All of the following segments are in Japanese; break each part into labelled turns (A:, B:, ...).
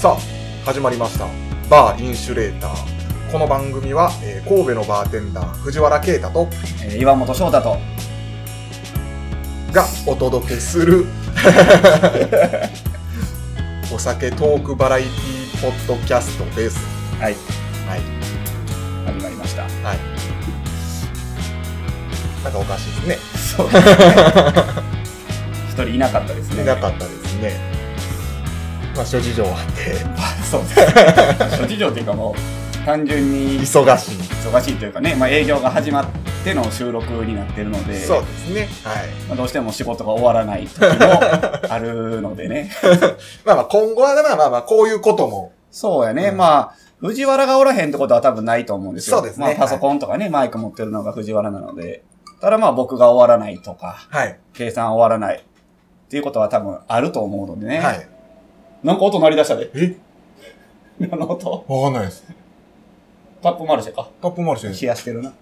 A: さあ始まりましたバーインシュレーターこの番組は、えー神戸のバーテンダー藤原啓太と
B: えー岩本翔太と
A: がお届けする お酒トークバラエティポッドキャストです
B: はい
A: はい
B: 始まりました
A: はいなんかおかしいですね
B: そうですね 一人いなかったですね
A: いなかったですねまあ諸事情あって
B: そうです諸事情というかもう単純
A: て
B: に
A: 忙しい
B: 忙しいというかね、まあ、営業が始まっての収録になってるので
A: そうですねはい
B: まあ、どうしても仕事が終わらな い時もあるのでね
A: まあまあ今後はまあまあまあこういうことも
B: そうやね、
A: うん
B: まあ藤原がおらへんってことは多分ないと思うんですよ。
A: そうですね
B: まあ、パソコンとかね、マイク持ってるのが藤原なので。ただまあ僕が終わらないとか、
A: はい
B: 計算終わらないっていうことは多分あると思うのでね。
A: はい
B: なんか音鳴り出したで。
A: え
B: 何の音
A: わかんないです
B: タップマルシェか。
A: タップマルシェです
B: 冷やしてるな。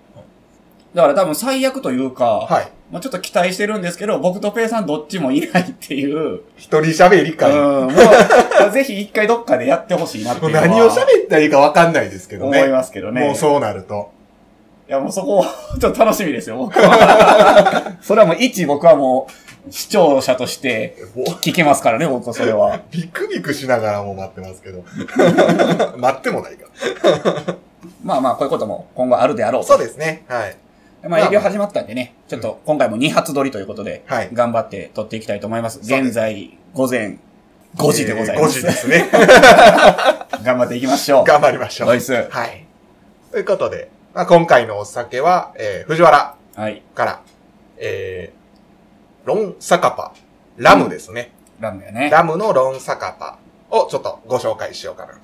B: だから多分最悪というか、
A: はい
B: まあちょっと期待してるんですけど、僕とペイさんどっちもいないっていう。
A: 一人喋り
B: うん、
A: 会
B: もう、 ぜひ一回どっかでやってほしいなって
A: も
B: いううのは。
A: 何を喋ったらいいかわかんないですけど
B: 思
A: ね
B: いますけどね。
A: もうそうなると
B: いやもうそこ、ちょっと楽しみですよ、僕は それはもう一、僕はもう、視聴者として
A: もう
B: 聞けますからね、僕はそれは。
A: ビクビクしながらも待ってますけど待ってもないから
B: まあまあ、こういうことも今後あるであろうと。
A: そうですねはい
B: まあ営業始まったんでね、ちょっと今回も2発撮りということで、
A: はい
B: 頑張って撮っていきたいと思います。
A: うです
B: 現在、午前5時でござい
A: えー
B: ま
A: 5
B: す。
A: 時です ね
B: 頑張っていきましょう。
A: 頑張りましょ
B: ナ
A: う
B: イス。
A: はいということで、まあ、今回のお酒は、えー藤原
B: はい。
A: からえー、ロンサカパラムですね、
B: ラムやね。
A: ラムのロンサカパをちょっとご紹介しようかなと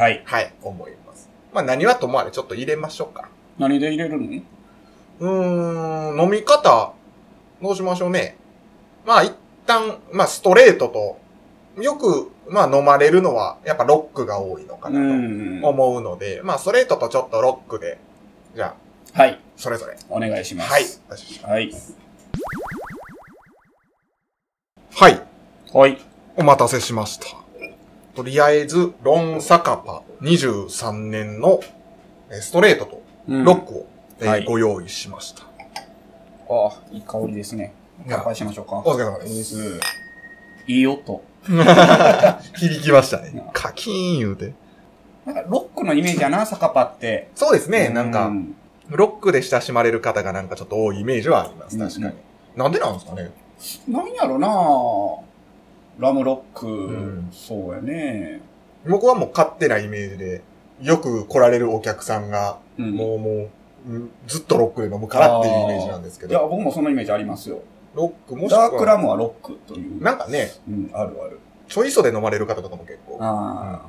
B: はい。
A: はい思いますまあ何はともあれちょっと入れましょうか
B: 何で入れるの
A: うーん、飲み方、どうしましょうね。まあ一旦、まあストレートと、よく、まあ飲まれるのは、やっぱロックが多いのか
B: う
A: なと
B: ん。
A: 思うので、まあストレートとちょっとロックで、じゃあ、
B: はい。
A: それぞれ。
B: お願いしま
A: はい
B: す。。はい。
A: はい。
B: はい。
A: お待たせしました。とりあえず、ロンサカパ23年のえーストレートと
B: うん
A: ロックをえー
B: はい
A: ご用意しました。
B: ああ、いい香りですね。
A: いや
B: 乾杯しましょうか。
A: お疲れ様
B: そ
A: で。
B: うですす。いい音。
A: 響きましたね。カキーン言うて。
B: なんかロックのイメージやな、酒場って。
A: そうですね、なんか
B: う、ん
A: ロックで親しまれる方がなんかちょっと多いイメージはあります。確かに。なんでなんですかね
B: なんやろなラムロック、
A: ん
B: そうやね。
A: 僕はもう勝手なイメージで、よく来られるお客さんが、
B: うん
A: もうもう、うんずっとロックで飲むからっていうイメージなんですけ
B: いや、
A: ど、
B: 僕もそのイメージありますよ。
A: ロックもしく
B: ダークラ
A: は、
B: ムはロックという。
A: なんかね、
B: うん、あるある。
A: ちょいそで飲まれる方とかも結構。
B: あ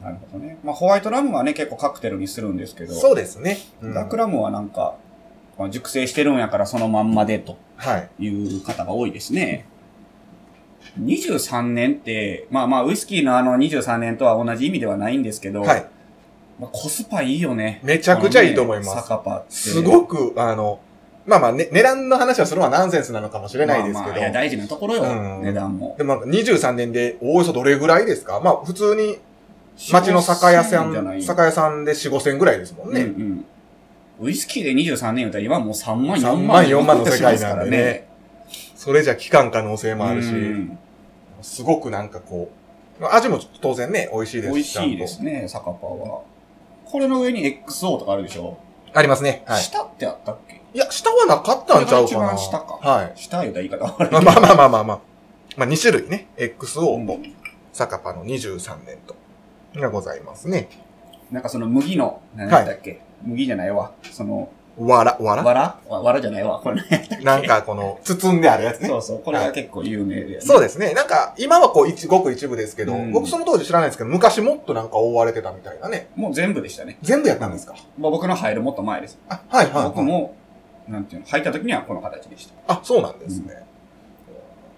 B: あ、なるほどね。まあ、ホワイトラムはね、結構カクテルにするんですけど、
A: そうですね。うん
B: ダークラムはなんか、まあ熟成してるんやからそのまんまでと
A: はい。
B: いう方が多いですね。23年って、まあまあ、ウイスキーのあの23年とは同じ意味ではないんですけど、
A: はい。
B: まあ、コスパいいよね。
A: めちゃくちゃいいと思います
B: サカパって。
A: すごく、あの、まあまあ、ね、値段の話はするのはナンセンスなのかもしれないです
B: まあ
A: け
B: まあ
A: ど
B: い、や、大事なところよ、
A: うん
B: 値段も。
A: でもなんか23年でおおよそどれぐらいですかまあ普通に町の酒屋さ、
B: じゃなんい
A: 酒屋さんで4、5千ぐらいですもん
B: う
A: ね。
B: んうん。ウイスキーで23年言うたら今もう3万4
A: 3
B: 万。
A: 万4万の世界なんでね。それじゃ期間可能性もあるし
B: う、ん
A: すごくなんかこう、味も当然ね、美味しいです
B: 美味しいで
A: ち
B: すね、酒場は。これの上に XO とかあるでしょ、
A: ゃんとありますね。はい。
B: 下ってあったっけ
A: いや、下はなかったんちゃうかな。
B: これが一番下か
A: はい。
B: 下言うたら言い方悪いけ
A: ま
B: ど。
A: あまあまあまあまあまあ。まあ2種類ね。XO
B: う
A: と
B: ん
A: 酒場の23年と。がございますね。
B: なんかその麦の、何だったっけ、麦じゃないわ。その、
A: わら、わ
B: わ
A: ら
B: らわわらじゃないわ。これ ね。
A: なんかこ の、包んであるやつね。
B: そうそう。これが結構有名で、ね。
A: そうですね。なんか、今はこう、一、ごく一部ですけど、
B: うん
A: 僕その当時知らないですけど、昔もっとなんか覆われてたみたいなね。
B: もう全部でしたね。
A: 全部やったんですか
B: まあ、僕の入るもっと前です。
A: あ、はいはい、はい。
B: 僕も、なんていうの、入った時にはこの形でした。
A: あ、そうなんですね。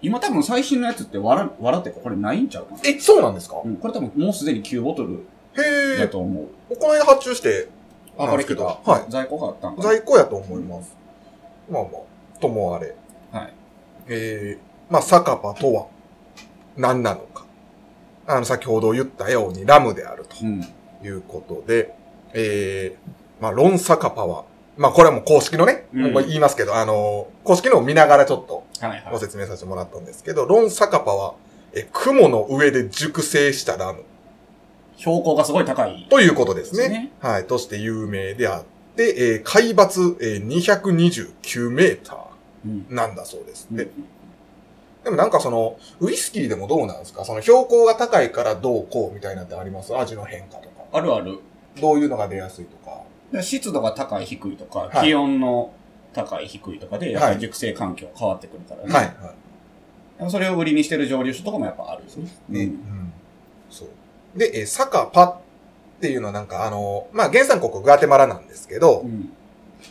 B: 今多分最新のやつってわら、わらってこれないんちゃうかな
A: え、そうなんですか、
B: うん、これ多分もうすでに9ボトル
A: へ
B: だ
A: え。
B: と思う。
A: この間発注して、
B: あ、
A: な
B: こ
A: んで
B: れ
A: すけ
B: 聞い
A: ど
B: た。
A: はい。
B: 在庫があったんかな。
A: 在庫やと思います。まあまあ、ともあれ。
B: はい。
A: えー、まあ、酒場とは、何なのか。あの、先ほど言ったようにラムであると
B: うん。
A: いうことで、えー、まあ、ロンサカパは、まあ、これはもう公式のね、
B: うん
A: もう言いますけど、あの、公式のを見ながらちょっと
B: はいは
A: ご
B: い。
A: 説明させてもらったんですけど、ロンサカパは、え、雲の上で熟成したラム
B: 標高がすごい高い。
A: ということです
B: です
A: ね。
B: ね
A: はい、として有名であって、えー海抜、えー229メータ
B: うん。
A: ーなんだそうです。
B: で
A: で、でもなんかその、ウイスキーでもどうなんですかその標高が高いからどうこうみたいなってあります味の変化とか。
B: あるある。
A: どういうのが出やすいとか。
B: で湿度が高い、低いとか、
A: はい
B: 気温の高い、低いとかで、やっぱり熟成環境変わってくるからね。
A: はい。は
B: でもそれを売りにしてる蒸留酒とかもやっぱあるんですね。
A: い。ね、
B: う
A: うんん。そう。で、えーサカパっていうのはなんかあの、まあ、原産国ガーテマラなんですけど、
B: うん。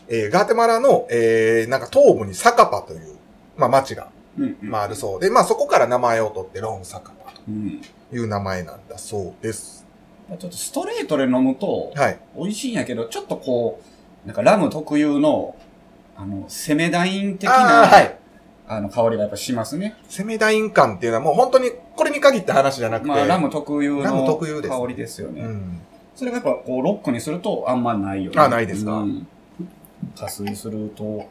A: えーガーテマラの、えーなんか東部にサカパという、まあ、町が、
B: うん。うん
A: まあ、あるそうで、まあ、そこから名前を取ってロンサカパ
B: うん。
A: という名前なんだそうです。
B: ちょっとストレートで飲むと、
A: はい。
B: 美味しいんやけど、ちょっとこう、なんかラム特有の、あの、セメダイン的な、
A: あーはい。
B: あの、香りがやっぱしますね。
A: セメダイン感っていうのはもう本当に、これに限った話じゃなくて、
B: まあ、ラム特有の
A: ラム
B: 香
A: 特有です
B: りですよね。
A: うん。
B: それがやっぱこう、ロックにするとあんまないよね。
A: あないですか
B: うん加水すると、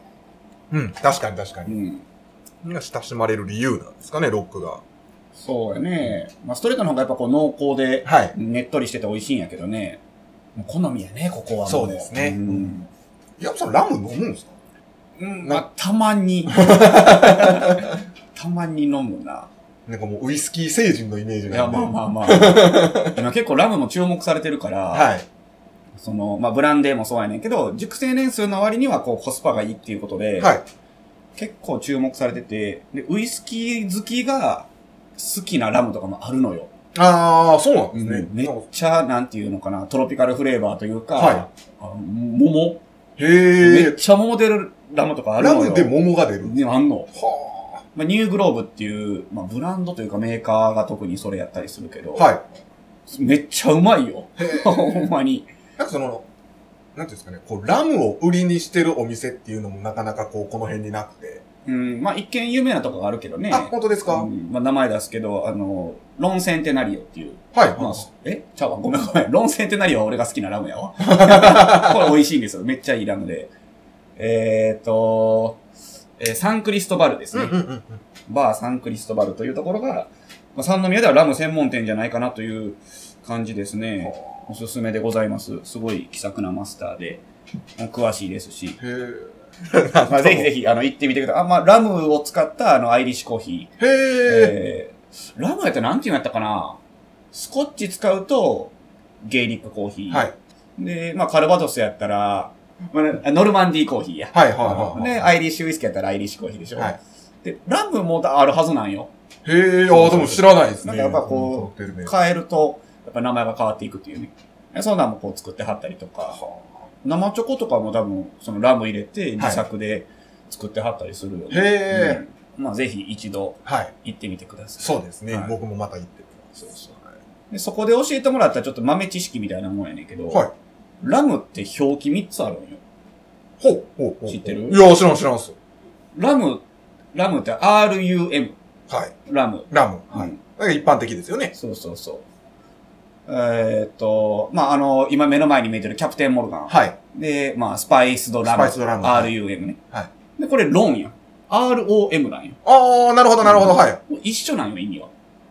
A: うん、確かに確か
B: う
A: に。
B: ん。
A: みんな親しまれる理由なんですかね、ロックが。
B: そうやね。まあ、ストレートの方がやっぱこう、濃厚で、
A: はい。
B: ねっとりしてて美味しいんやけどね。もう好みやね、ここはも
A: そうですね
B: うん。
A: いや、そのラム飲むんですか
B: うん、まあ、たまに。 たまに飲むな。
A: なんかもうウイスキー成人のイメージ
B: い
A: な
B: や、
A: んで。
B: まあまあまあ。 今結構ラムも注目されてるから、
A: はい。
B: その、まあブランデーもそうやねんけど、熟成年数の割にはこうコスパがいいっていうことで、
A: はい。
B: 結構注目されてて、で、ウイスキー好きが好きなラムとかもあるのよ。
A: ああ、そうなんですね。
B: うんめっちゃ、なんていうのかな、トロピカルフレーバーというか、
A: は
B: あの桃、め
A: へ
B: っ
A: え。
B: ちゃ桃出るラムとかある
A: ラ
B: のよ。
A: ムで桃が出る。
B: でもあんの。
A: は
B: まあ、ニューグローブっていう、まあ、ブランドというかメーカーが特にそれやったりするけど、
A: あ。はい。
B: めっちゃうまいよ。 ほんまに。
A: なんかその、なんていうんですかね、こう、ラムを売りにしてるお店っていうのもなかなかこう、この辺になくて。
B: うん、まあ一見有名なとこがあるけどね。
A: あ、本当ですか、
B: うんまあ名前出すけど、あの、ロンセンテナリオっていう。
A: はい。
B: まあ、えちゃうわ。ごめんごめん。ロンセンテナリオは俺が好きなラムやわ。 これ美味しいんですよ。めっちゃいいラムで。えっ、ー、と、えーサンクリストバルです
A: うん
B: ね。
A: うんうんうん。
B: バーサンクリストバルというところが、まあ、三宮ではラム専門店じゃないかなという感じですね。
A: は
B: おすすめでございます。すごい気さくなマスターで、まあ詳しいですし。
A: あへ
B: まあ、
A: え。
B: ぜひぜひ、あの、行ってみてください。あ、まあ、ラムを使った、あの、アイリッシュコーヒ
A: ひ。
B: ー。
A: へえ。
B: えー、ラムやったらなんていうのやったかなスコッチ使うと、ゲイリックコーヒー。
A: はい。
B: で、まあ、カルバドスやったら、まあね、あノルマンディーコーヒーや。
A: はいはいはいはい。
B: で、アイリッシュウイスキーやったらアイリッシュコーヒーでしょ。
A: はい
B: で、ラムもあるはずなんよ。
A: へえ、ああ、でも知らないですね。
B: なんかやっぱこ
A: う、ね、
B: 変えると、やっぱ名前が変わっていくっていうね。そんなんもこう作ってはったりとか、生チョコとかも多分、そのラム入れて、自作で作ってはったりするよね。
A: へえ、
B: うんまあ、ぜひ一度
A: はい。
B: 行ってみてください。
A: そうですね。
B: はい
A: 僕もまた行ってみます。はい
B: でそこで教えてもらったちょっと豆知識みたいなもんやねんけど、
A: はい
B: ラムって表記3つあるんよ。
A: ほう、ほう、ほう。
B: 知ってる
A: いや、知らん、知らんっす。
B: ラム、ラムって RUM、
A: はい。
B: ラム。
A: ラム。はい。
B: うん
A: なんか一般的ですよね。
B: そうそうそう。えーっと、まあ、あの、今目の前に見えてるキャプテンモルガン。
A: はい。
B: で、まあ、スパイスドラ
A: ス
B: ム。
A: パイスドラム
B: RUM ね。
A: は
B: で、これロンやん。ROM なんよ。
A: ああ、なるほど、なるほど。
B: うん
A: はい。
B: もう一緒なんよ、意味は。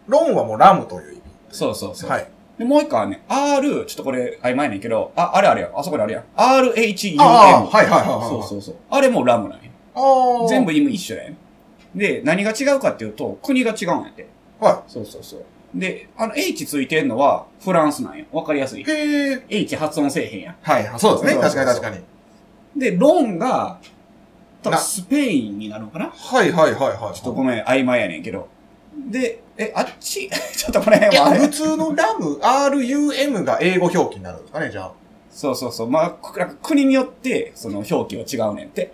A: ロンはもうラムという意
B: そうそう
A: 味。
B: そう。
A: はい。
B: で、もう一個はね、R、ちょっとこれ曖昧ねんけど、あ、あれあれや、あそこにあれやん。RHUM。
A: ああ、はいはいはいはい。
B: そうそうそう。あれもラムなんや。
A: ああ。
B: 全部。意味一緒やね。で、何が違うかっていうと、国が違うんやって。
A: は
B: そうそうそう。で、あの、H ついてんのは、フランスなんや。わかりやすい
A: い。。へえ。
B: H 発音せえへんやん。
A: はい。そうですね。
B: そうそ
A: 確
B: うそ
A: か
B: う
A: に確かに。
B: で、ロンが、多分
A: な
B: スペインになるのかなち
A: はいはいはいはい。
B: ょっとごめん、曖昧やねんけど。で、え、あっちちょっとこれ、
A: いや、
B: まあ
A: 普通のラム、RUM が英語表記になるんですかね、じゃあ。
B: そうそうそう。まあ、くなんか国によって、その表記は違うねんって。
A: へ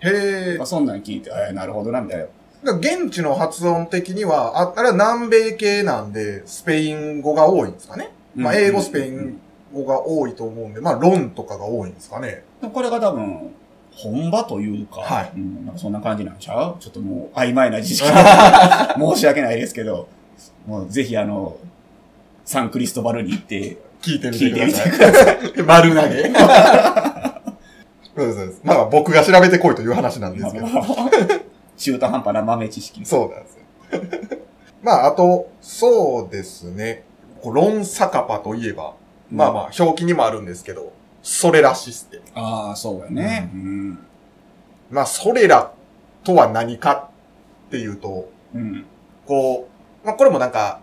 A: え
B: まあ、。そんなん聞いて、あなるほどな、みたいな。
A: だから現地の発音的には、ああれは南米系なんで、スペイン語が多いんですかねまあ英語スペイン
B: うん
A: 語が多いと思うんで、まあ、ロンとかが多いんですかね
B: でこれが多分、本場というか、
A: はい
B: うん、なんかそんな感じなんちゃうちょっとも う曖昧な知識。申し訳ないですけど、もうぜひあの、サンクリストバルに行って、
A: 聞いてみ
B: 聞
A: て
B: い
A: く
B: て
A: だ
B: みて
A: さい。
B: ください。
A: 丸投げ。そうですそうです。まあ僕が調べてこいという話なんですけど。
B: 中途半端な豆知識。
A: そうなんですよ。まああと、そうですね。こうロンサカパといえば、まあまあ表記にもあるんですけど、それらしステ。
B: ああ、そうやね。うん。
A: まあそれらとは何かっていうと、
B: うん。
A: こう、まあこれもなんか、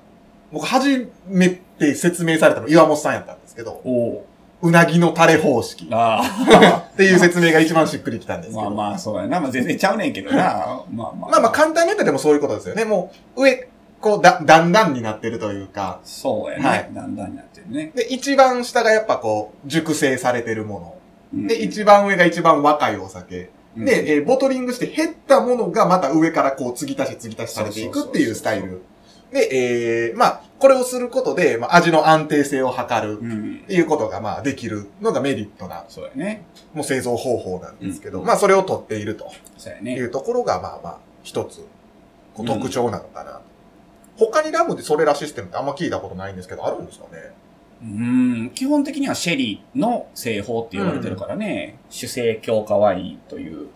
A: 僕初めて説明されたの岩本さんやったんですけど、
B: おう
A: うなぎのタレ方式
B: あ
A: っていう説明が一番しっくりきたんですけ
B: あ、
A: ど。
B: まあまあ、そうやな。まあ全然ちゃうねんけどな。まあまあ。
A: まあまあ簡単に言うとでもそういうことですよね。もう上、こうだ、だんだんになってるというか、
B: そうやね。
A: はい
B: だんだんになってるね。
A: で、一番下がやっぱこう、熟成されてるも
B: うん
A: の。で、、一番上が一番若いお酒。
B: うん
A: で、えーボトリングして減ったものがまた上からこう、継ぎ足し継ぎ足しされていくっていうスタイル。で、えーまあ、これをすることで、まあ、味の安定性を図る
B: うん
A: っ。ていうことが、まあ、できるのがメリットな、
B: そうやね。
A: もう製造方法なんですけど、
B: うん
A: まあ、それを取っていると。
B: そうや
A: ってい
B: ね。
A: うところが、まあまあ、一つ、こう
B: うん
A: 特徴なのかな。他にラムでそれらシステムってあんま聞いたことないんですけど、あるんですかね
B: うん。基本的にはシェリーの製法って言われてるからね。主成強化ワインという。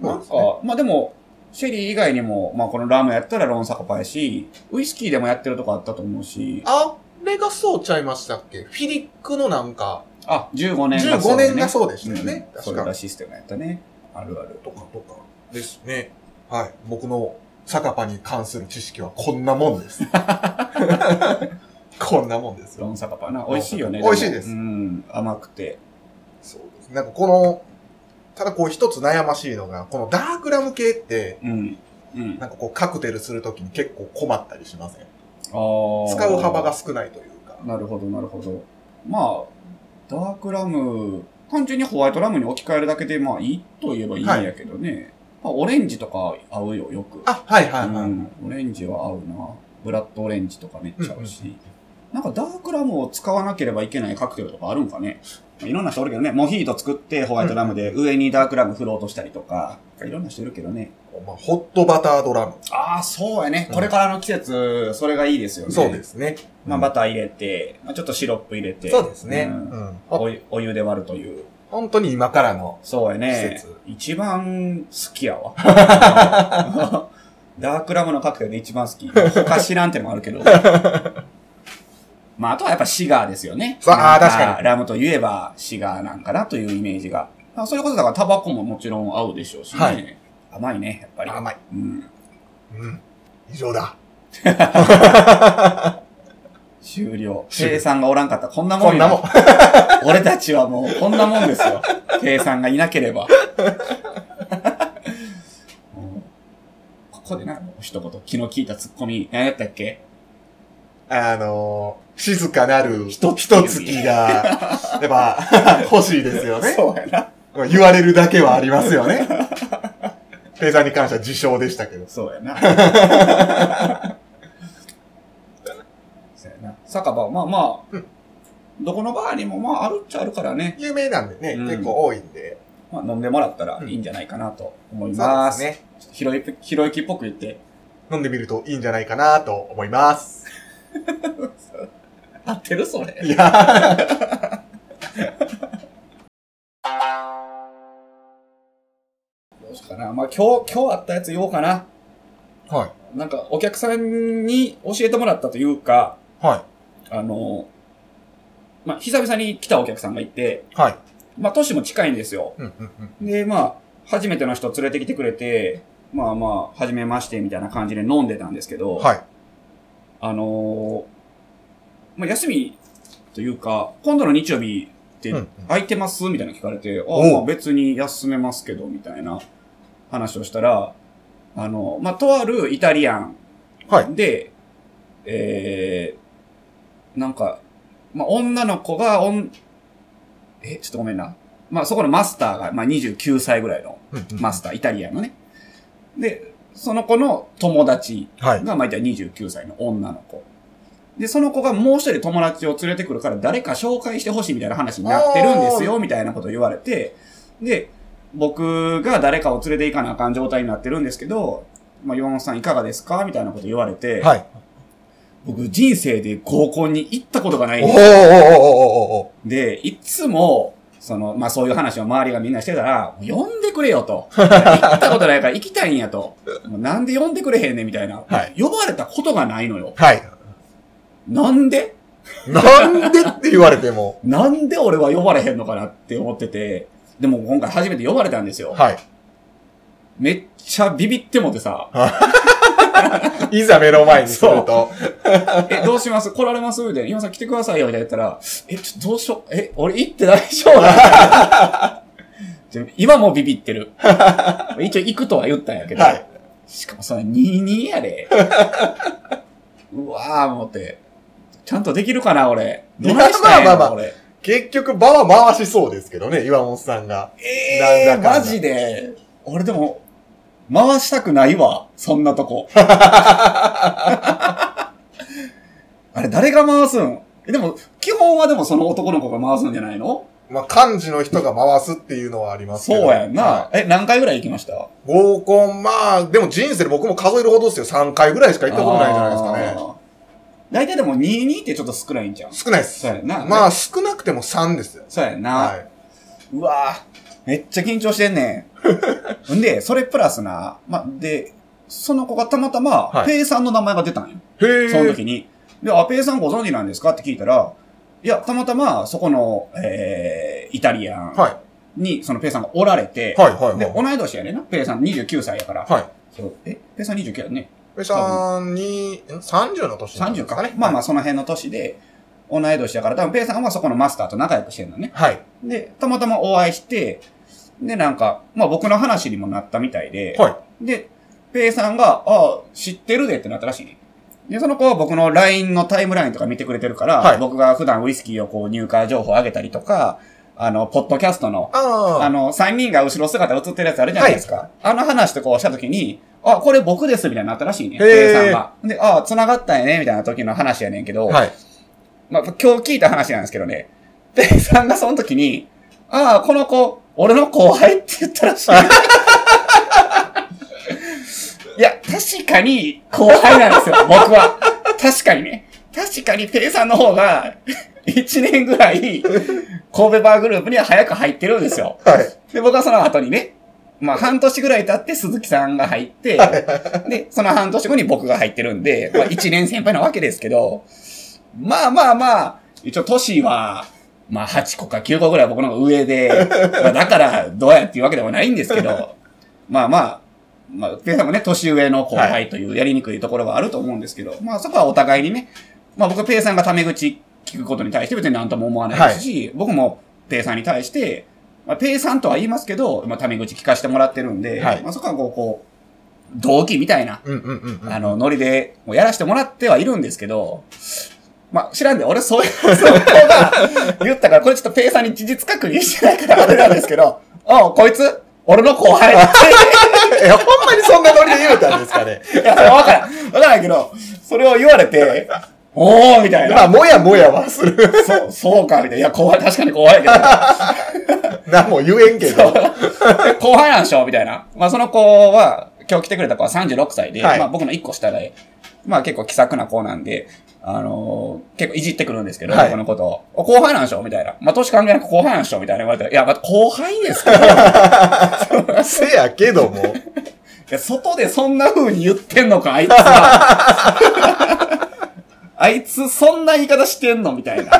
B: なんか、まあでも、シェリー以外にも、まあこのラムやったらロンサカパやし、ウイスキーでもやってるとこあったと思うし、
A: あれがそうちゃいましたっけフィリックのなんか、
B: あ、15年が
A: 15年がそうでしたよね。
B: うん、そ
A: 確
B: れ
A: か
B: が
A: に。
B: システムやったね。あるある。
A: とかとかですね。はい。僕の酒場に関する知識はこんなもんです。こんなもんです
B: ロ
A: よ。
B: ンサカパな。美味しいよね。
A: 美味しいです
B: もうん。甘くて。
A: そうです。なんかこの、ただこう一つ悩ましいのが、このダークラム系って、
B: うん。うん。
A: なんかこうカクテルするときに結構困ったりしません
B: ああ。
A: 使う幅が。少ないというか。
B: なるほど、なるほど。まあ、ダークラム、単純にホワイトラムに置き換えるだけで、まあいいと言えばいいんやけどね。まあオレンジとか合うよ、よく。
A: あ、はいはいは
B: う
A: い。
B: ん、オレンジは合うな。ブラッドオレンジとかめっちゃ合うし。なんかダークラムを使わなければいけないカクテルとかあるんかね。まあいろんな人おるけどね。モヒート作ってホワイトラムで上にダークラム振ろうとしたりとか。いろんな人いるけどね。
A: まあ、ホットバタードラム。
B: ああ、そうやね
A: う。ん
B: これからの季節、それがいいですよね。
A: そうですね。
B: まあバター入れて、まあ、ちょっとシロップ入れて。
A: そうですね。う
B: う
A: んん。ほ
B: お湯お湯で割るという。
A: 本当に今からの。
B: そうやね
A: 季節。
B: 一番好きや わ。ダークラムのカクテルで 一番好き。他知らんってのもあるけど。まあ、あとはやっぱシガーですよね。
A: そうあー
B: なん
A: 確かに
B: ラムといえばシガーなんかなというイメージが。まあそれこそだからタバコももちろん合うでしょうしね。
A: は
B: 甘いね、やっぱり。
A: 甘い。
B: うん。
A: うん。以上だ。
B: 終了。
A: 終了
B: 生産がおらんかったらこんなもんよ
A: こんなもん。
B: 俺たちはもうこんなもんですよ。計算がいなければ。 もうここでなんかもう一言、気の利いたツッコミ、何やったっけ
A: あのー、静かなる
B: 一月
A: 一 月が、やっぱ、 欲しいですよね。
B: そうやな。
A: 言われるだけはありますよ ね。ペーザーに関しては自称でしたけど。
B: そうやな。 そうやな。酒場はまあまあ、
A: うん
B: どこのバーにもまああるっちゃあるからね、
A: 有名なんでね、
B: うん
A: 結構多いんで。
B: まあ飲んでもらったらいいんじゃないかなと思い
A: そう
B: ま。
A: ですすね。
B: ちょっとひろゆきひろゆきっぽく言って、
A: 飲んでみるといいんじゃないかなと思います。
B: 合ってるそれ。
A: いや
B: どうしようかな。まあ今日、今日あったやつ言おうかな。
A: ーは
B: なんか、お客さんに教えてもらったというか、
A: い。は
B: あの、まあ、久々に来たお客さんがいて、
A: い。はい。
B: まあ、年も近いんですよ。
A: うんうんうん。
B: で、まあ、初めての人連れてきてくれて、まあまあ、初めましてみたいな感じで飲んでたんですけど、
A: はい。
B: あのーまあ、休みというか、今度の日曜日って
A: うんうん
B: 空いてますみたいなの聞かれて、あ
A: おう
B: まあ別に休めますけど、みたいな話をしたら、あの、まあ、とあるイタリアン
A: はい
B: で、えー、なんか、まあ、女の子が、おん、え、ちょっとごめんな。まあ、そこのマスターが、まあ、29歳ぐらいの
A: うんうん
B: マスター、イタリアンのね。で、その子の友達
A: はい。
B: が、まあ、じゃあ29歳の女の子。で、その子がもう一人友達を連れてくるから、誰か紹介してほしいみたいな話になってるんですよ、みたいなことを言われて、で、僕が誰かを連れて行かなあかん状態になってるんですけど、まあ、ヨンさんいかがですかみたいなこと言われて、
A: はい。
B: 僕人生で合コンに行ったことがない
A: おーおーおーおーおーお
B: で、いつも、その、まあ、そういう話を周りがみんなしてたら、もう呼んでくれよと。行ったことないから行きたいんやと。もうなんで呼んでくれへんねんみたいな。
A: はい
B: 呼ばれたことがないのよ。
A: ーはい。
B: なんで
A: なんでって言われても。
B: なんで俺は呼ばれへんのかなって思ってて。でも今回初めて呼ばれたんですよ。
A: は
B: めっちゃビビってもてさ、
A: い。いざ目の前にすると。
B: え、どうします来られますみたいな。今さん来てくださいよみたいな言ったら、え、ちょ、どうしよう。え、俺行って大 丈夫なので今もビビってる。一応行くとは言ったんやけど。
A: はい。
B: しかもそれ22 やで。うわぁ、思って。ちゃんとできるかな、俺。どないしたん
A: いやまあま
B: や
A: あ
B: ろ、
A: まあ
B: 俺。
A: 結局、場は回しそうですけどね、岩本さんが。
B: え
A: な
B: え
A: んだかんだ
B: マジで。俺でも、回したくないわ、そんなとこ。 あれ、誰が回すんえでも、基本はでもその男の子が回すんじゃないの
A: まあ、幹事の人が回すっていうのはありますけ
B: そう
A: ど。
B: やんな、
A: は
B: え、何回ぐらい行きました
A: い合コン、まあ、でも人生で僕も数えるほどですよ。3回ぐらいしか行ったことないんじゃないですかね。
B: ね。大体でも22ってちょっと少ないんじゃん。
A: 少ないです
B: そう。やんな。
A: まあ、少なくても3ですよ。
B: そうやんな。
A: は
B: うわぁ、めっちゃ緊張してんね ん。んで、それプラスな、ま、で、その子がたまたま、
A: はい
B: ペイさんの名前が出たんよ。
A: い。へえ。
B: その時に。で、あ、ペイさんご存知なんですかって聞いたら、いや、たまたま、そこの、えー、イタリアン
A: は
B: に、そのペイさんがおられて
A: い。、はい、はい、はい。
B: で、同い年やねんな。ペイさん29歳やから。
A: はい。
B: そうえ、ペイさん29やね。
A: ペさんに、ん30の年なんで
B: 30
A: す
B: か。
A: かね。
B: まあま
A: あ。
B: あ、その辺の年で、同い年だから、多分ペイさんはそこのマスターと仲良くしてんのね。
A: はい。
B: で、たまたまお会いして、で、なんか、まあ僕の話にもなったみたいで、
A: は
B: で、ペイさんが、ああ、知ってるでってなったらしいね。で、その子は僕の LINE のタイムラインとか見てくれてるから、
A: はい
B: 僕が普段ウイスキーをこう入荷情報上げたりとか、あの、ポッドキャストの、
A: あ
B: あ
A: あ。
B: の、3人が後ろ姿映ってるやつあるじゃないですか。あの話とかをした時に、あ、これ僕ですみたいになったらしいね。
A: へー
B: ペイさんが。で、ああ、繋がったんやね、みたいな時の話やねんけど、
A: はい。
B: まあ、今日聞いた話なんですけどね。ペイさんがその時に、ああ、この子、俺の後輩って言ったらしい。いや、確かに後輩なんですよ、僕は。確かにね。確かにペイさんの方が、1年ぐらい、神戸バーグループには早く入ってるんですよ。
A: はい。
B: で、僕はその後にね、 まあ、半年ぐらい経って鈴木さんが入って、で、その半年後に僕が入ってるんで、まあ、1年先輩なわけですけど、まあまあまあ、一応、年は、まあ、8個か9個ぐらい僕の方が上で、 まあ、だから、どうやっていうわけでもないんですけど、まあまあ、まあ、ペイさんもね、年上の後輩というやりにくいところはあると思うんですけど、まあそこはお互いにね、まあ僕、ペイさんがタメ口聞くことに対して別に何とも思わないですし、僕もペイさんに対して、まあ、ペイさんとは言いますけど、まあ、タメ口聞かせてもらってるんで、
A: はい
B: まあそこはこう、こう、同期みたいな、
A: うんうんうんうん。
B: あの、ノリで、もうやらせてもらってはいるんですけど、まあ、知らんで、俺そういう、そういう子が言ったから、これちょっとペイさんに事実確認してないからあれなんですけど、あ、こいつ、俺の後輩
A: え、ほんまにそんなノリで言うたんですかね。
B: いや、それわからん。わからんけど、それを言われて、おーみたい
A: まあ、
B: な。
A: もやもやはする。
B: そう、そうか、みたいな。いや、後輩、確かに後輩や
A: 何も言えんけ
B: けど。
A: ど。
B: そう 後輩なんでしょみたいな。まあ、その子は、今日来てくれた子は36歳で、
A: はい
B: まあ、僕の1個下で、まあ、結構気さくな子なんで、あのー結構いじってくるんですけど、
A: はい
B: 僕のことを。お後輩なんでしょみたいな。まあ、年関係なく後輩なんでしょみたいな言われて、いや、まあ、後輩ですけど、い
A: せやけども。
B: や外でそんな風に言ってんのか、あいつは。 あいつ、そんな言い方してんのみたいな。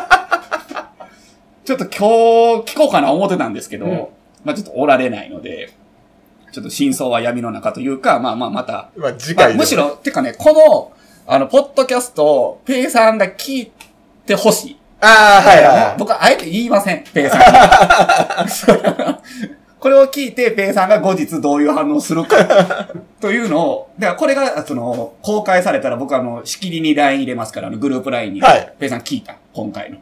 B: ちょっと今日聞こうかな思ってたんですけど、
A: うん
B: まあちょっとおられないので、ちょっと真相は闇の中というか、まあまあまた、
A: まあ、次
B: まあ
A: 回でも
B: むし。ろ、てかね、この、あの、ポッドキャストを、ペイさんが聞いてほしい。
A: ああ、はいはい。
B: 僕はあえて言いません、ペイさんに。 これを聞いて、ペイさんが後日どういう反応するか、 というのを、だからこれが、その、公開されたら僕はあの、しきりに LINE 入れますから、あの、グループ LINE に。
A: はい
B: ペイさん聞いた、今 回の。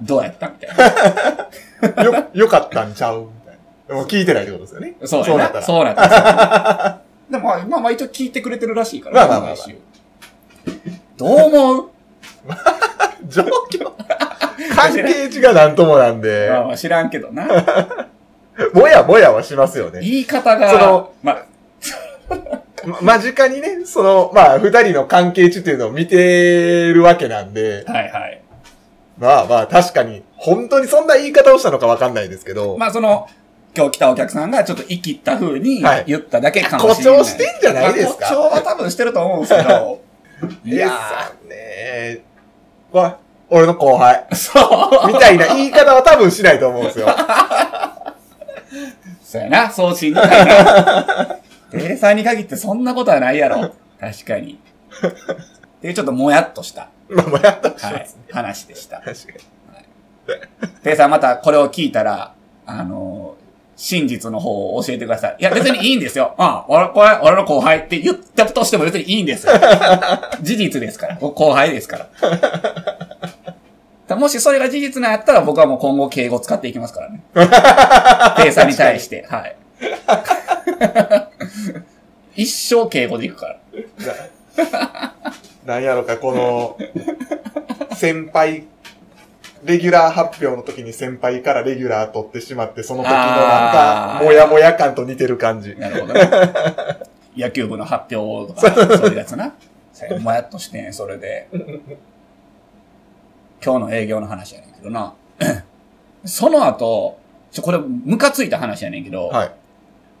B: どうやったみたいな。
A: よ、 よかったんちゃうみたいな。でも聞いてないってことですよね。
B: そう
A: だ
B: や
A: っ
B: な。
A: たら。
B: そうなったら。でも、まあまあ一応聞いてくれてるらしいから、
A: まあまあまあまあ
B: 毎週どう思う
A: 状況。関係値がなんともなん で
B: ま、あまあ知らんけどな。
A: もやもやはしますよね。
B: 言い方が、
A: その
B: まあ、
A: ま間近にね、その、まあ、二人の関係値っていうのを見てるわけなんで、
B: はいはい。
A: まあまあ、確かに、本当にそんな言い方をしたのかわかんないですけど、
B: まあその、今日来たお客さんがちょっと生きった風に
A: はい
B: 言っただけかも
A: 誇
B: しれない。
A: 張してんじゃないですか。
B: まあ誇張は多分してると思うんですけ ど。
A: いやー、ねえ。わ、俺の後輩。
B: ー。そう。
A: みたいな言い方は多分しないと思うん ですよ。
B: そうやな、送信 にないな。店員さんに限ってそんなことはないやろ。確かに。っていうちょっともやっとした、
A: まあ、もやったとし
B: は
A: ま
B: い
A: す。、
B: 話でした。
A: 確かに。
B: 店員さんまたこれを聞いたら、あのー真実の方を教えてください。いや、別にいいんですよ。 ああ俺、これ、俺の後輩って言ったとしても別にいいんですよ。 事実ですから。僕後輩ですから。 もしそれが事実なんやったら僕はもう今後敬語使っていきますからね。店員さんに対して。はい。一生敬語でい くから。
A: ななんやろか、この、先輩、レギュラー発表の時に先輩からレギュラー取ってしまって、その時のなんか、
B: あー
A: もやもや感と似てる感じ。
B: なるほ どね。野球部の発表とか、そういうやつな。それもやっとしてん、それで。今日の営業の話やねんけどな。 その後、ちょ、これ、ムカついた話やねんけど、
A: はい。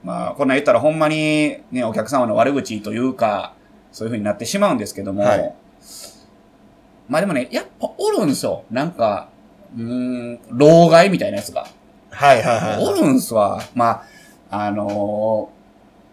B: まあ、こんなん言ったらほんまに、ね、お客様の悪口というか、そういう風になってしまうんですけども、
A: はい
B: まあでもね、やっぱおるんすよ。なんか、うーん、老害みたいなやつが。
A: はいはいはい
B: お
A: はい。
B: るんすわ。まあ、あの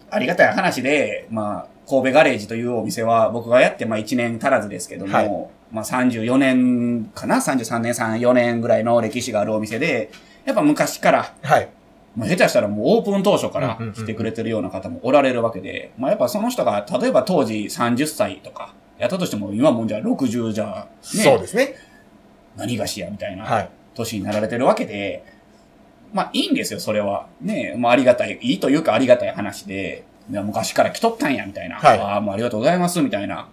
B: ーありがたい話で、まあ、神戸ガレージというお店は僕がやって、まあ1年足らずですけども、
A: はい
B: まあ34年かな ?33 年、3、4年ぐらいの歴史があるお店で、やっぱ昔から、
A: はい。
B: まあ、下手したらもうオープン当初から
A: うんうんうん
B: 来てくれてるような方もおられるわけで、まあやっぱその人が、例えば当時30歳とか、やったとしても今もうじゃあ60じゃ、
A: そう
B: ね、
A: ですね。
B: 何がしやみたいな。
A: はい。
B: 年になられてるわけで、まあいいんですよ、それは。ねえ、まあありがたい、いいというかありがたい話で、いや昔から来とったんや、みたいな。
A: はい
B: ああ、もうありがとうございます、みたいな。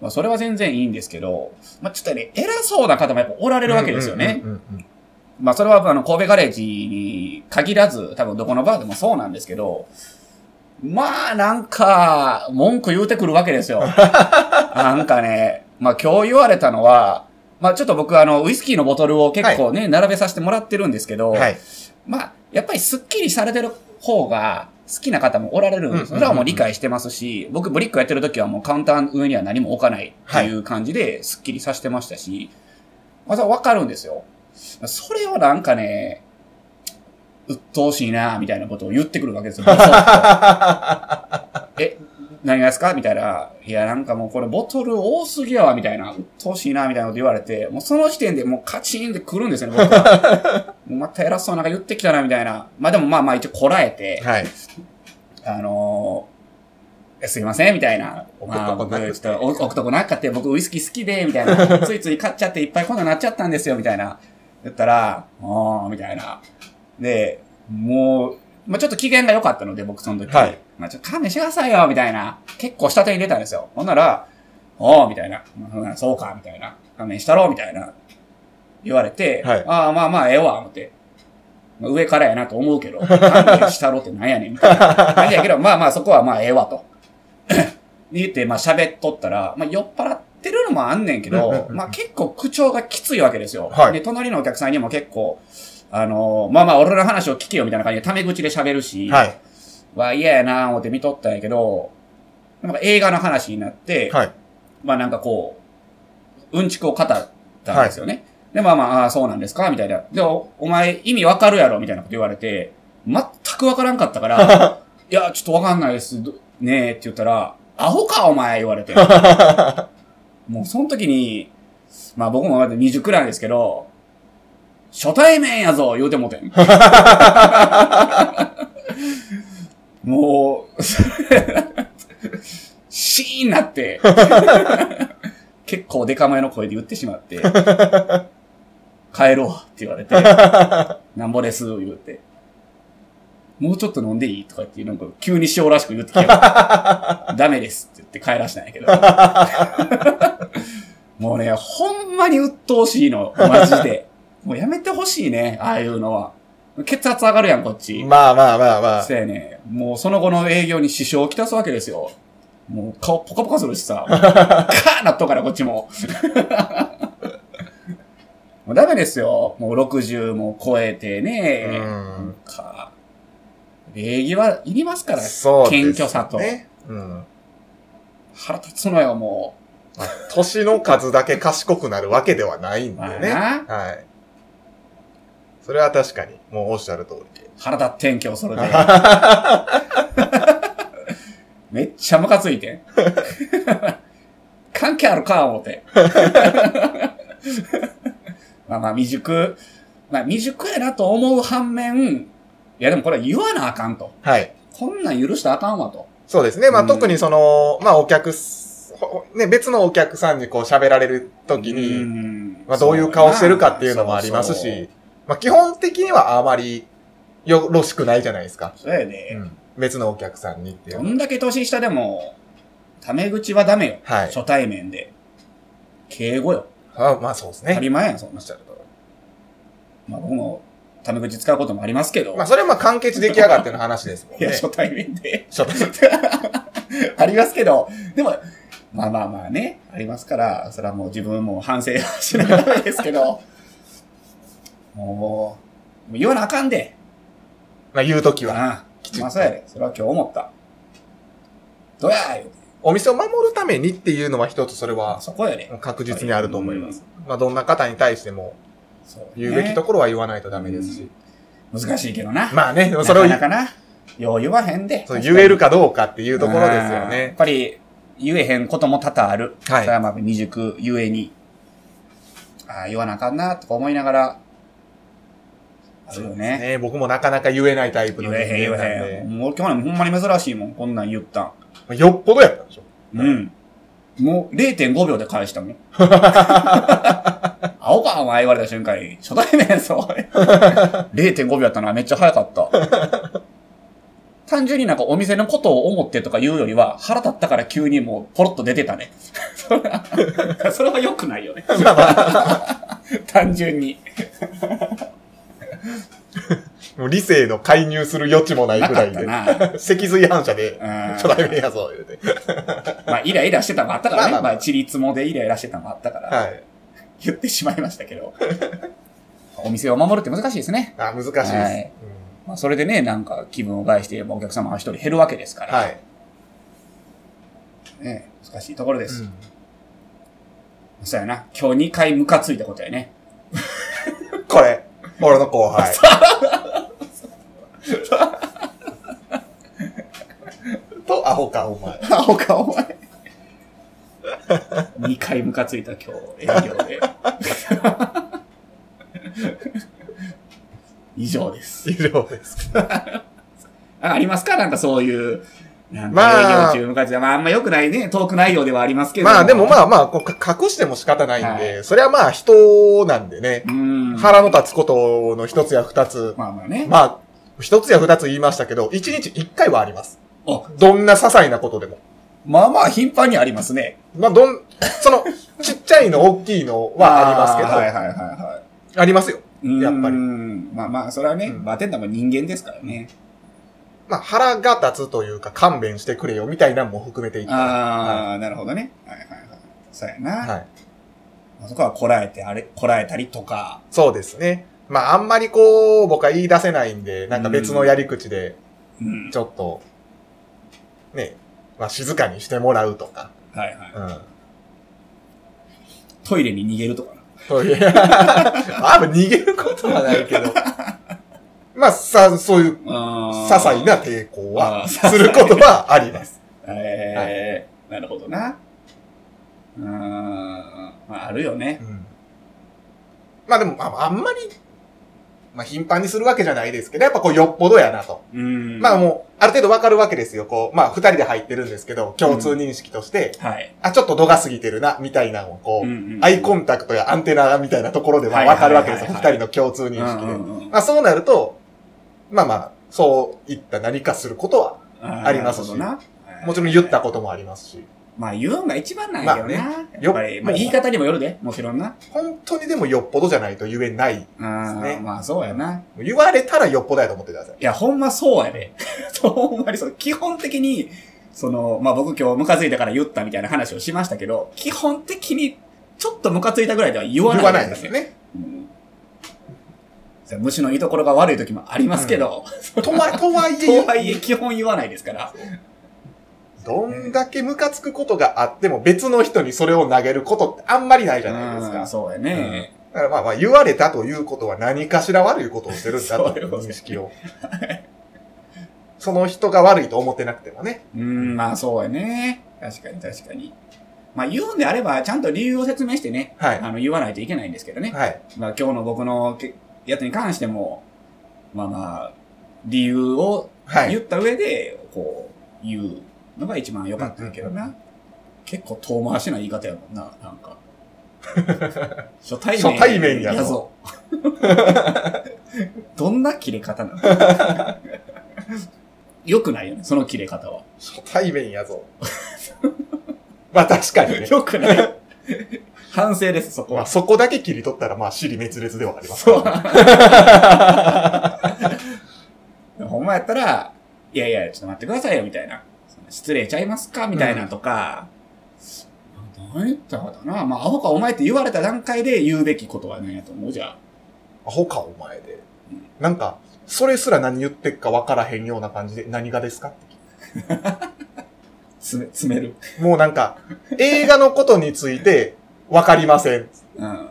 B: まあそれは全然いいんですけど、まあちょっとね、偉そうな方もやっぱおられるわけですよね。
A: うんうんうんうん。
B: まあそれはあの神戸ガレージに限らず、多分どこのバーでもそうなんですけど、まあなんか、文句言うてくるわ けですよ。なんかね、まあ今日言われたのは、まあちょっと僕あの、ウイスキーのボトルを結構ね、並べさせてもらってるんですけど、
A: はい。
B: まあやっぱりスッキリされてる方が好きな方もおられるんです。
A: うんうんうんうん
B: それはもう理解してますし、僕ブリックやってる時はもうカウンターの上には何も置かないっていう感じでスッキリさせてましたし、まあそれはわかるんですよ。それをなんかね、鬱陶しいなみたいなことを言ってくるわけですよ。え、何がですかみたいな。いや、なんかもうこれボトル多すぎやわ、みたいな。鬱陶しいな、みたいなこと言われて、もうその時点でもうカチンって来るんですよね、僕は。もうまた偉そうなんか言ってきたな、みたいな。まあでもまあまあ一応こらえて、
A: はい。
B: あのーえすいません、みたいな。
A: 置くとこなくて
B: まあ僕ちょっと置くとこなかって、僕ウイスキー好きで、みた いな。ついつい買っちゃっていっぱいこんなんなっちゃったんですよ、みたいな。言ったら、ああ、みたいな。で、もう、まあちょっと機嫌が良かったので、僕その時。
A: はい
B: まあちょっと勘弁してくださいよ、みたいな。結構下手に出たんですよ。ほんなら、おーみたいな。うんそうか、みたいな。勘弁したろ、みたいな。言われて、
A: はい
B: ああ、まあまあ、ええわ、思って。まあ上からやなと思うけど、勘弁したろってなんやねん、みたいな。感じやけど、まあまあ、そこはまあ、ええわ、と。言って、まあ、喋っとったら、まあ、酔っ払ってるのもあんねんけ
A: うんうん
B: ど
A: う、ん
B: まあ、結構口調がきついわけですよ。
A: はい
B: で、隣のお客さんにも結構、あのーまあまあ、俺の話を聞けよ、みたいな感じで、タメ口で喋るし、
A: はい。
B: は嫌やなぁ思って見とったんやけど、なんか映画の話になって、
A: はい。
B: まあなんかこう、うんちくを語ったんですよね。で、まあまあ、ああ、そうなんですかみたいな。で、おお前意味わかるやろみたいなこと言われて、全くわからんかったから、いや、ちょっとわかんないです。どねえって言ったら、アホかお前言われて。もうその時に、まあ僕もまだ20くらいですけど、初対面やぞ言うてもうてん。もう、シーンなって、結構デカめの声で言ってしまって、帰ろうって言われて、なんぼです言うて、もうちょっと飲んでいいとかっていう、なんか急に塩らしく言ってきて、ダメですって言って帰らしたんやけど。もうね、ほんまに鬱陶しいの、マジで。もうやめてほしいね、ああいうのは。血圧上がるやん、こっち。
A: まあまあまあまあ
B: そ。うやね。もうその後の営業に支障をきたすわけですよ。もう顔ポカポカする しさ。カーなっとうから、こっちも。 もうダメですよ。もう60も超えてね。
A: うん
B: なんか。礼儀はいりますから。
A: そうです、ね。
B: 謙虚さと
A: うん。
B: 腹立つのよ、も
A: 年の数だけ賢くなるわけではないん
B: う。ま
A: だ
B: あ
A: よね。
B: な。
A: はい。それは確かに、もうおっしゃる通りで。
B: 腹立ってん、今日 そ れで。めっちゃムカついてん。関係あるか、思って。 まあまあ、未熟。まあ、未熟やなと思う反面、いやでもこれは言わなあかんと。
A: はい。
B: こんなん許したらあかんわと。
A: そうですね。まあ、
B: うん
A: 特にその、まあ、お客す、ほね、別のお客さんにこう喋られるときに、
B: ん
A: まあ、どういう顔してるかっていうのもありますし、。まあ、基本的にはあまりよろしくないじゃないですか。
B: そうそうそうやで。
A: 別のお客さんにっていう
B: ど
A: のは。
B: んだけ年下でも、タメ口はダメよ。
A: はい。
B: 初対面で。敬語よ。
A: あまあ、そうです
B: 当た
A: ね。
B: り前やん、そん
A: お
B: な
A: っ。しゃる通り
B: まあ僕も、タメ口使うこともありますけど。
A: まあ、それはまあ、完結出来上がっての話ですもん
B: いや、
A: ね。。
B: 初対面で
A: ちょっと
B: ありますけど、でも、まあまあまあね、ありますから、それはもう自分も反省はしながらですけど、 もう、もう言わなあかんで。
A: まあ、言うときは。
B: あ
A: きちっと
B: まあそうやで。それは今日思った。どうや言うて
A: お店を守るためにっていうのは一つそれ
B: あ
A: は
B: そこやで。
A: 確実にあると思います。まあどんな方に対しても
B: そう、
A: 言うべきところは言わないとダメですし。
B: 難しいけどな。
A: まあね、でもそ
B: そ
A: れ
B: れ
A: を
B: なかなかな。よう言わへんで。
A: そう言える
B: か
A: かどうかってい
B: と
A: うところですよ
B: やっ
A: ね。
B: ぱり、言えへんことも多々ある。
A: は
B: それ
A: い。
B: はまあ未熟ゆえに、ああ、言わなあかんな、とか思いながら、あるよね。
A: ね僕もなかなか言えないタイプの
B: 言
A: 人
B: えへん
A: 間
B: 言
A: なん
B: えへ
A: で
B: ん。。もう今日なんかほんまに珍しいもん、こんなん言ったん。
A: まあよっぽどやったんでしょ。
B: うん。もう0.5秒で返したも ん。青か、お前言われた瞬間に。初対面そう。0.5秒やったな、めっちゃ早かった。単純になんかお店のことを思ってとか言うよりは、腹立ったから急にもうポロッと出てたね。 それは、 それは良くないよね。単純に。
A: もう理性の介入する余地もない
B: な
A: くら
B: かっ
A: い
B: た
A: で。
B: な。
A: 脊髄反射で、
B: うん
A: 初対面やそう言うて。
B: まあ、イライラしてたのもあったから
A: まあ
B: ね。
A: ま
B: ま
A: あまあ
B: あ、チリツモでイライラしてたのもあったから、
A: はい。
B: 言ってしまいましたけど。お店を守るって難しいですね。
A: あ、難しいです。
B: はい
A: うん
B: まあ、それでね、なんか気分を害して、まあお客様が一人減るわけですから、
A: はい。
B: ね、難しいところで
A: う
B: す。
A: ん
B: そうやな。今日2回ムカついたことやね。
A: これ、俺の後 輩。 と、アホか、お前。
B: 青か、お 前。2回ムカついた今日、営業で。 以上です。
A: 以上です。
B: あありますかなんかそういう、なん
A: ま
B: か
A: あ
B: 営業中向かって、まあ、あんま良くないね、トーク内容ではありますけど。
A: まあでも
B: あ、
A: まあまあ、こうか隠しても仕方ないんで、
B: は
A: それはまあ人なんでね
B: う、ん。
A: 腹の立つことの一つや二つ、
B: まあまあね。
A: まあ、一つや二つ言いましたけど、一日一回はあります
B: あ。
A: どんな些細なことでも。
B: まあまあ、頻繁にありますね。
A: まあ、どん、そ の、ちっちゃいの大きいのはありますけど、
B: ーは
A: あ,、
B: いはいはいは
A: りますよ。
B: い。
A: やっぱり
B: うんまあまあ、それはね、
A: うん
B: バーテンダーも人間ですからね。
A: まあ腹が立つというか勘弁してくれよみたいなのも含めていったら
B: ああ、なるほどね。はいはいはい。そうやな。
A: はい。
B: まあそこはこらえて、あれ、こらえたりとか。
A: そうですね。まあ、あんまりこう、僕は言い出せないんで、なんか別のやり口で、
B: うん。
A: ちょっと、ね、まあ、静かにしてもらうとか、
B: はいは
A: う
B: い。
A: ん。
B: トイレに逃げるとかな。
A: そういう、 あんま逃げることはないけ ど、まあ、さ、そういう、些
B: ああ。
A: 細な抵抗は、
B: あー
A: することはあり ます。
B: ええなるほどな。うーん。まあ、あるよね。
A: うん。まあでも、まあ、あんまり、まあ、頻繁にするわけじゃないですけど、やっぱこう、よっぽどやなと。
B: うん。
A: まあ
B: う。
A: もう、ある程度わかるわけですよ。こう、まあ二人で入ってるんですけど、共通認識として、
B: はい。
A: あ、ちょっと度が過ぎてるな、みたいなのをこう、
B: ん
A: アイコ
B: ン
A: ンタクトやアンテナみたいなところではわかるわけですよ。
B: はい
A: 二
B: はいはい
A: 人の共通認識
B: 認識
A: で。
B: で。
A: まあそうなると、まあまあ、そういった何かすることは、
B: あー
A: ありますし
B: なるほどな
A: もちろん言ったこともありますし。
B: まあ言うんが一番なんやけどな。
A: ま
B: やっぱり、
A: よ
B: まあ言い方にもよるで、もちろんな。
A: 本当にでもよっぽどじゃないと言えない。
B: あ
A: ですね
B: ーまあそうやな。
A: 言われたらよっぽどやと思ってください。
B: いや、ほんまそうやで。 ほんまにそう。基本的に、その、まあ僕今日ムカついたから言ったみたいな話をしましたけど、基本的にちょっとムカついたぐらいでは言わない。
A: 言わないですよ。ね。
B: うんじゃあ虫の居所が悪い時もありますけど、
A: と は、とはい
B: とはい
A: え、
B: え基本言わないですから。
A: どんだけムカつくことがあっても別の人にそれを投げることってあんまりないじゃないです
B: うん
A: か。
B: そうやね。
A: だからまあまあ言われたということは何かしら悪いことをしてるん だという認識を。その人が悪いと思ってなくてもね。
B: うん、まあそうやね。確かに確かに。まあ言うんであれば、ちゃんと理由を説明してね、
A: はい。
B: あの、言わないといけないんですけどね。
A: はい。
B: まあ今日の僕のけやつに関しても、まあまあ、理由を
A: はい。
B: 言った上で、こう、言うのが一番良かったんやけど
A: うん
B: な。結構遠回しな言い方やもんな、なん か。初対面。
A: 初対面やぞ
B: ぞ。 どんな切れ方なの良くないよね、その切れ方は。
A: 初対面やぞ。 まあ確かにね。
B: 良くない。 反省です、そこ
A: まあ
B: は。
A: そこだけ切り取ったらまあ尻滅裂ではあります。
B: そう。ほんまやったら、いやいや、ちょっと待ってくださいよ、みたいな。失礼ちゃいますかみたいなとか、何言ったかなまあ、アホかお前って言われた段階で言うべきことは何やと思うじゃあ。
A: アホかお前で。なんか、それすら何言ってっか分からへんような感じで、何がですか
B: 詰め、詰める。
A: もうなんか、映画のことについて分かりません。
B: うん。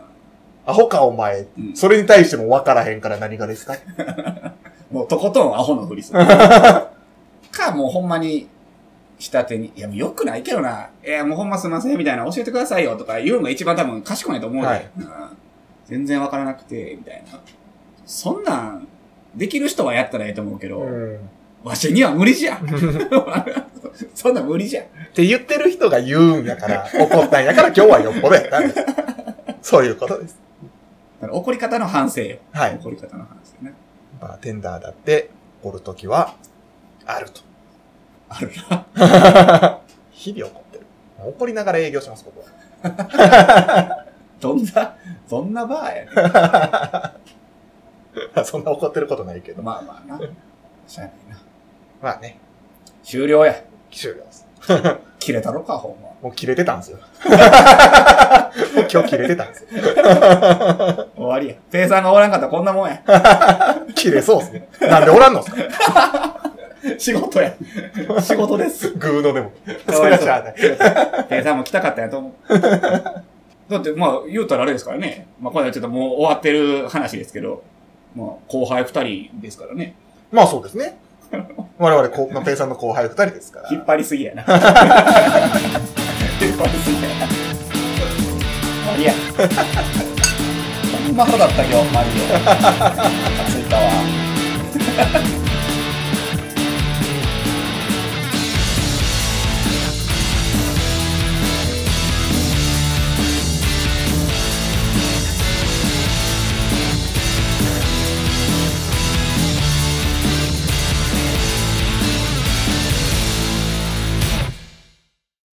A: アホかお前
B: うん。
A: それに対しても分からへんから何がですか
B: もうとことんアホのふ りする。か、もうほんまに、下手に、いや、もう良くないけどな。いや、もうほんますいません、みたいな、教えてくださいよ、とか言うのが一番多分賢いと思うで、
A: はい
B: うん全然わからなくて、みたいな。そんなん、できる人はやったらええと思うけど、
A: うん。
B: わしには無理じゃ ん
A: っ
B: そんなん無理じゃん
A: て言ってる人が言うんやから、怒ったんやから今日はよっぽどやったんです。そういうことです。
B: だから怒り方の反省よ。
A: はい。
B: 怒り方の反省ね。
A: バーテンダーだって怒るときは、ある と。
B: あるな。
A: 日々怒ってる。怒りながら営業します、僕は。
B: どんな、どんなバーやね
A: そんな怒ってることないけど。
B: んまあまあな。しゃあないな。
A: まあね、
B: 終了や。
A: 終了です。
B: 切れたろか、ほんま。
A: もう切れてたんですよ。 もう今日切れてたんですよ。
B: 終わりや。ペイさんがおらんかったらこんなもんや。
A: 切れそうですね。なんでおらんのっすか
B: 仕事や。仕事です。
A: グーのでも。 そりゃしゃあない。
B: ペイさんも来たかったんやと思う。だって、まあ、言うたらあれですからね。まあ、これはちょっともう終わってる話ですけど、まあ、後輩二人ですからね。
A: まあそうですね。我々、こうペイさんの後輩二人ですから。
B: 引っ張りすぎやな。引っ張りすぎやな。まあ、いいや。 ほんまほだった今日、マジで。着いたわ。